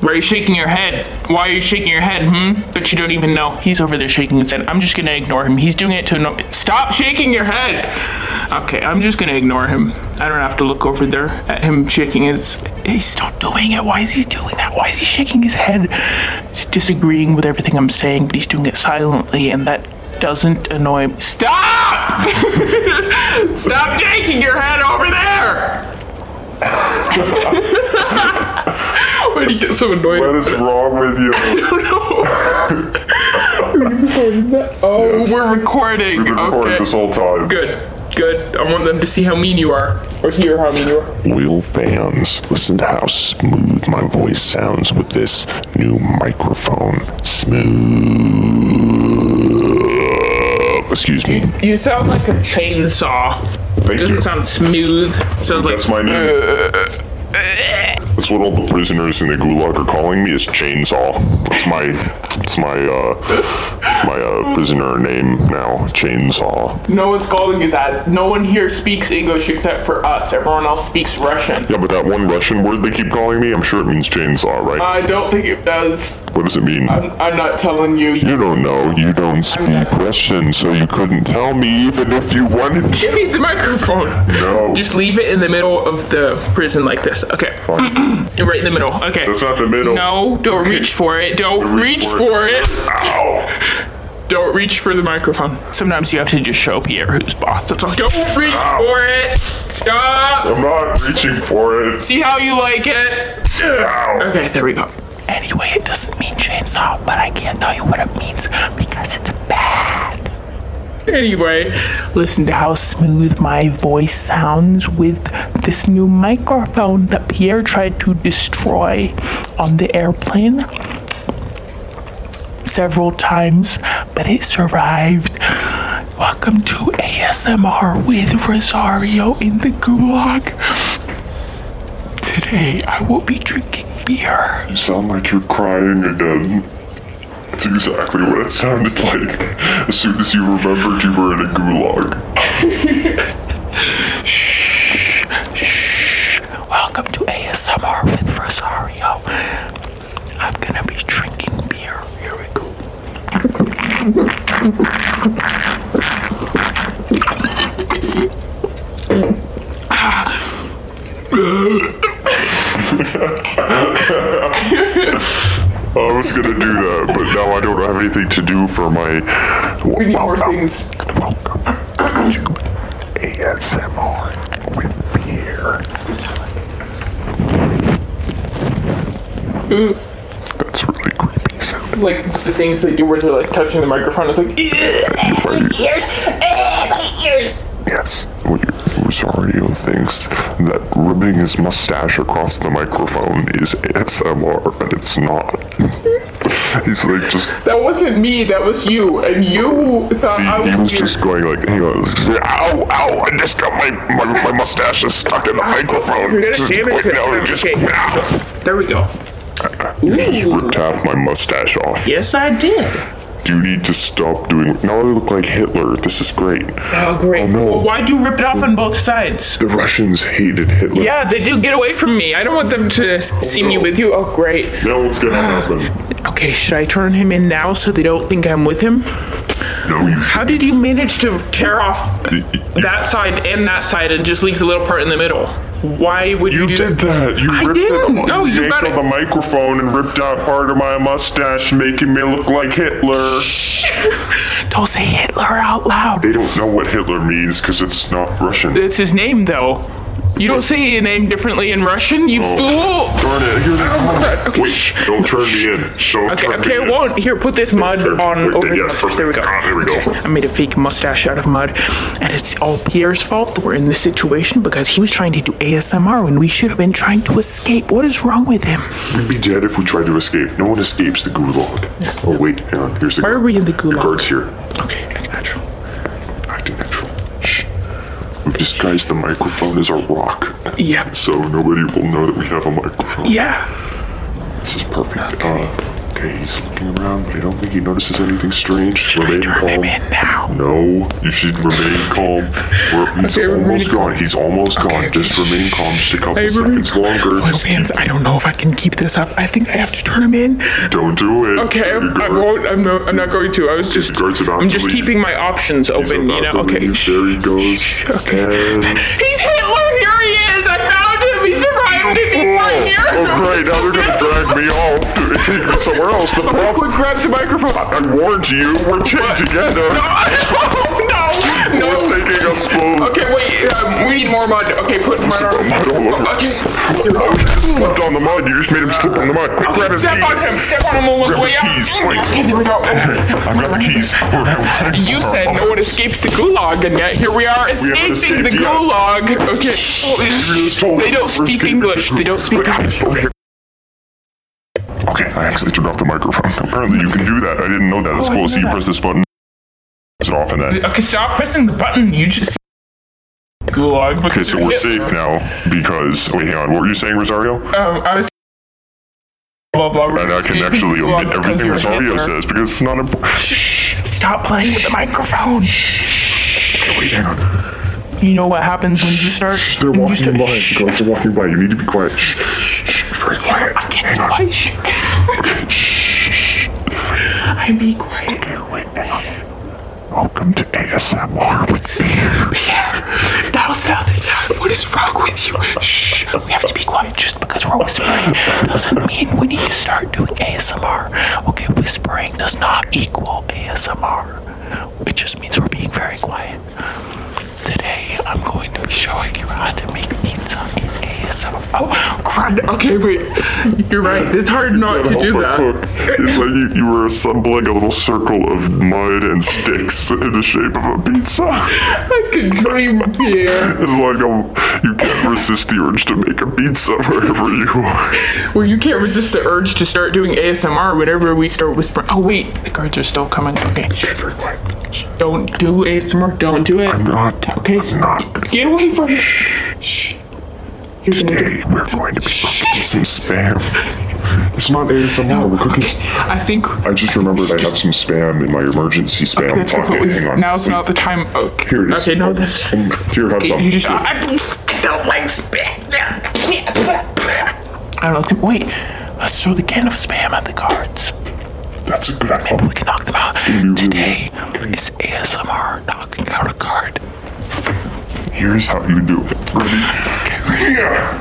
Why are you shaking your head? Why are you shaking your head, hmm? But you don't even know. He's over there shaking his head. I'm just gonna ignore him. He's doing it to annoy. Stop shaking your head! Okay, I'm just gonna ignore him. I don't have to look over there at him shaking his. He's not doing it. Why is he doing that? Why is he shaking his head? He's disagreeing with everything I'm saying, but he's doing it silently, and that doesn't annoy me. Stop! Stop shaking your head over there! Why do you get so annoyed? What is wrong with you? Oh, we're recording. We've been recording okay. this whole time. Good, good. I want them to see how mean you are, or hear how mean you are. Will fans, listen to how smooth my voice sounds with this new microphone. Smooth. Excuse me. You sound like a chainsaw. Thank doesn't you. sound smooth. Sounds like That's my name. Uh, That's what all the prisoners in the gulag are calling me is chainsaw. That's my, that's my, uh, my uh, prisoner name now, chainsaw. no one's calling you that. No one here speaks English except for us. Everyone else speaks Russian. Yeah, but that one Russian word they keep calling me, I'm sure it means chainsaw, right? I don't think it does. What does it mean? I'm not telling you. You don't know. You don't speak Russian, so you couldn't tell me even if you wanted to. Give me the microphone. No. Just leave it in the middle of the prison like this. Okay. Right in the middle. Okay. That's not the middle. No, don't reach for it. Don't reach, for it. Ow! Don't reach for the microphone. Sometimes you have to just show Pierre who's boss. That's all. Don't reach for it. Stop. I'm not reaching for it. See how you like it. Ow! Okay, there we go. Anyway, it doesn't mean chainsaw, but I can't tell you what it means because it's bad. Anyway, Listen to how smooth my voice sounds with this new microphone that Pierre tried to destroy on the airplane several times, but it survived. Welcome to ASMR with Rosario in the Gulag. Today, I will be drinking beer. You sound like you're crying again. That's exactly what it sounded like as soon as you remembered you were in a gulag. Welcome to ASMR with Rosario. I'm gonna be drinking beer. Here we go. I was gonna do that, but now I don't have anything to do for my. we need more things. ASMR with beer. Ooh, That's really creepy sounding. Like the things they do where they're like touching the microphone. It's like, "Ew." Yes. When Rosario thinks that rubbing his mustache across the microphone is ASMR, and it's not. He's like just that wasn't me. That was you. And you thought See, Uh, I was, he was weird. just going like, hang on, this- ow, ow, I just got my, my, my mustache is stuck in the microphone. Ah, you're gonna Just- damage wait, it. no, it just, Okay. ow. There we go. You just ripped half my mustache off. Yes, I did. You need to stop doing, now I look like Hitler, this is great. Oh, great. Oh, no. Well, why'd you rip it off on both sides? The Russians hated Hitler. Yeah, they do. Get away from me. I don't want them to see me with you. Oh, great. Now what's gonna happen? Okay, should I turn him in now so they don't think I'm with him? No, you How should. did you manage to tear off You, that side and that side and just leave the little part in the middle? Why would you, you do did that. You I ripped didn't. It, No, you yanked got on it. the microphone and ripped out part of my mustache, making me look like Hitler. Don't say Hitler out loud. They don't know what Hitler means because it's not Russian. It's his name, though. You don't say your name differently in Russian, you fool! Darn Oh. it, here they come. Okay, Wait, shh. don't turn me in. Don't Okay, turn okay, me I in. won't. Here, put this mud Turn- on wait, over yes, your mustache. perfect. There we go. Ah, there we go. I made a fake mustache out of mud, and it's all Pierre's fault that we're in this situation because he was trying to do ASMR when we should have been trying to escape. What is wrong with him? We'd be dead if we tried to escape. No one escapes the gulag. Oh, wait, hang on. Here's the Why are guard. we in the The gulag? guard's here. Okay, I got you. Acting natural. Shh. We've disguised the microphone as a rock. Yeah. So nobody will know that we have a microphone. Yeah. This is perfect. Uh, okay, Okay, he's looking around, but I don't think he notices anything strange. remain calm. him in now? No, you should remain calm. We're, he's Okay, remain almost calm. gone. He's almost gone. Just remain calm. Just a couple Hey, remain seconds longer. Just Fans, I don't know if I can keep this up. I think I have to turn him in. don't do it. Okay, Your I'm, I guard- won't. I'm not. I'm not going to. I was just. guard's about I'm to just leave. keeping my options he's open. You about know. to Okay. leave. There he goes. And... He's Hitler. Here he is. I found him. He survived it. He's right here. Oh, great. Now they're gonna drag me off and take me somewhere else. The Quick, problem. grab the microphone. I warned you, we're chained together. Oh, no. What's No. taking us both? Okay, wait. Um, we need more mud. Okay, put mud on. I don't look Okay. Oh, he just slipped on the mud. You just made him slip on the mud. Quick, grab his Step on keys. him. Step on him on the Grab way his out. keys. Wait. Okay, there we go. I've got the keys. We're- we're- You said no one escapes the gulag, and yet here we are escaping the escaped, yeah. gulag. Okay. You just told They me don't we're speak escaping. English. They don't speak English. Over here. Okay, I actually turned off the microphone. Apparently, you can do that. I didn't know that. Oh, That's cool. So you press this button, it's off, and then. Okay, stop pressing the button. You just. Gulag. Okay, so we're safe now because. Wait, hang on. What were you saying, Rosario? Um, I was. Blah, blah, blah. And I can actually omit everything Rosario says because it's not important. Stop playing with the microphone. Wait, hang on. You know what happens when you start. They're when you walking start- by. Guards are walking by. You need to be quiet. Shh, shh, shh. Be Very quiet. I can't be quiet. I be quiet. Welcome to ASMR with Pierre, that'll sound this sound. What is wrong with you? Shh, we have to be quiet just because we're whispering. Doesn't mean we need to start doing ASMR. Okay, whispering does not equal ASMR. It just means we're being very quiet. Today, I'm going to be showing you how to make pizza in ASMR. Oh, crud. Okay, wait. You're right. It's hard not to do that. It's like you, you were assembling a little circle of mud and sticks in the shape of a pizza. I could dream here. It's like a, you can't resist the urge to make a pizza wherever you are. Well, you can't resist the urge to start doing ASMR whenever we start whispering. Oh, wait, the guards are still coming. Okay. Don't do ASMR. Don't do it. I'm not. Okay. I'm not. Get away from me. Shh. You're gonna. Today we're going to be cooking some spam. It's not ASMR. we're cooking. I think. I just remembered I have some spam in my emergency spam That's pocket. completely- Hang on. Now's not the time. Okay. Here it is. Okay, no, that's. Um, Here, have some. You just. I, I don't like spam. I don't know. Wait. Let's throw the can of spam at the guards. That's a good idea. We can knock them out. really- Today is ASMR knocking out a guard. Here's how you do it. Ready? Yeah.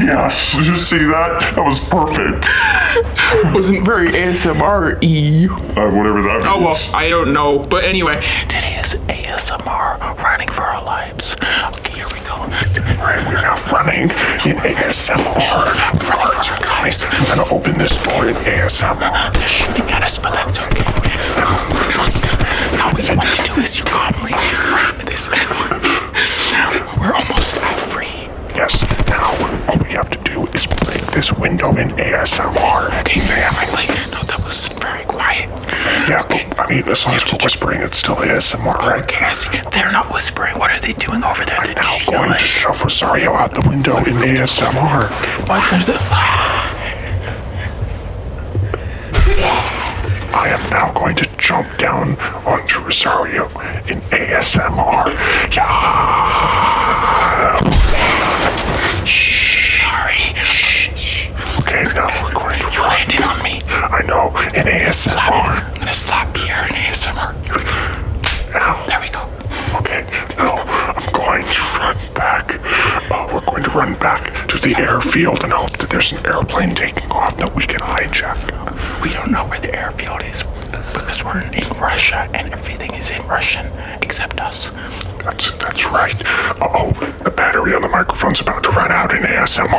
Yes. Did you see that? That was perfect. wasn't very ASMR y. Uh, whatever that Oh well, means. I don't know. But anyway, today is ASMR running for our lives. Okay, here we go. Alright, we're now running in ASMR. Guards, guys, I'm gonna open this door in ASMR. They're shooting at us, but that's okay. Now what you want to do is you calmly run this. We're almost free. Yes. Now, all we have to do is break this window in ASMR. Okay, very friendly. No, that was very quiet. Yeah, but, I mean, as long as we're whispering, it's still ASMR, right? Okay, I see. They're not whispering. What are they doing over there? They're Now just going yelling. to shove Rosario out the window in ASMR. What? There's a- I am now going to jump down onto Rosario in ASMR. Yeah. Sorry. Okay, now we're going You to. landed on me. I know, in ASMR. I'm gonna slap Pierre in ASMR. Ow. There we go. Okay, now I'm going to run back. Uh, we're going to run back to the airfield and hope that there's an airplane taking off that we can hijack. We don't know where the airfield is because we're in Russia and everything is in Russian except us. That's, that's right. Uh oh, the battery on the microphone's about to run out in ASMR.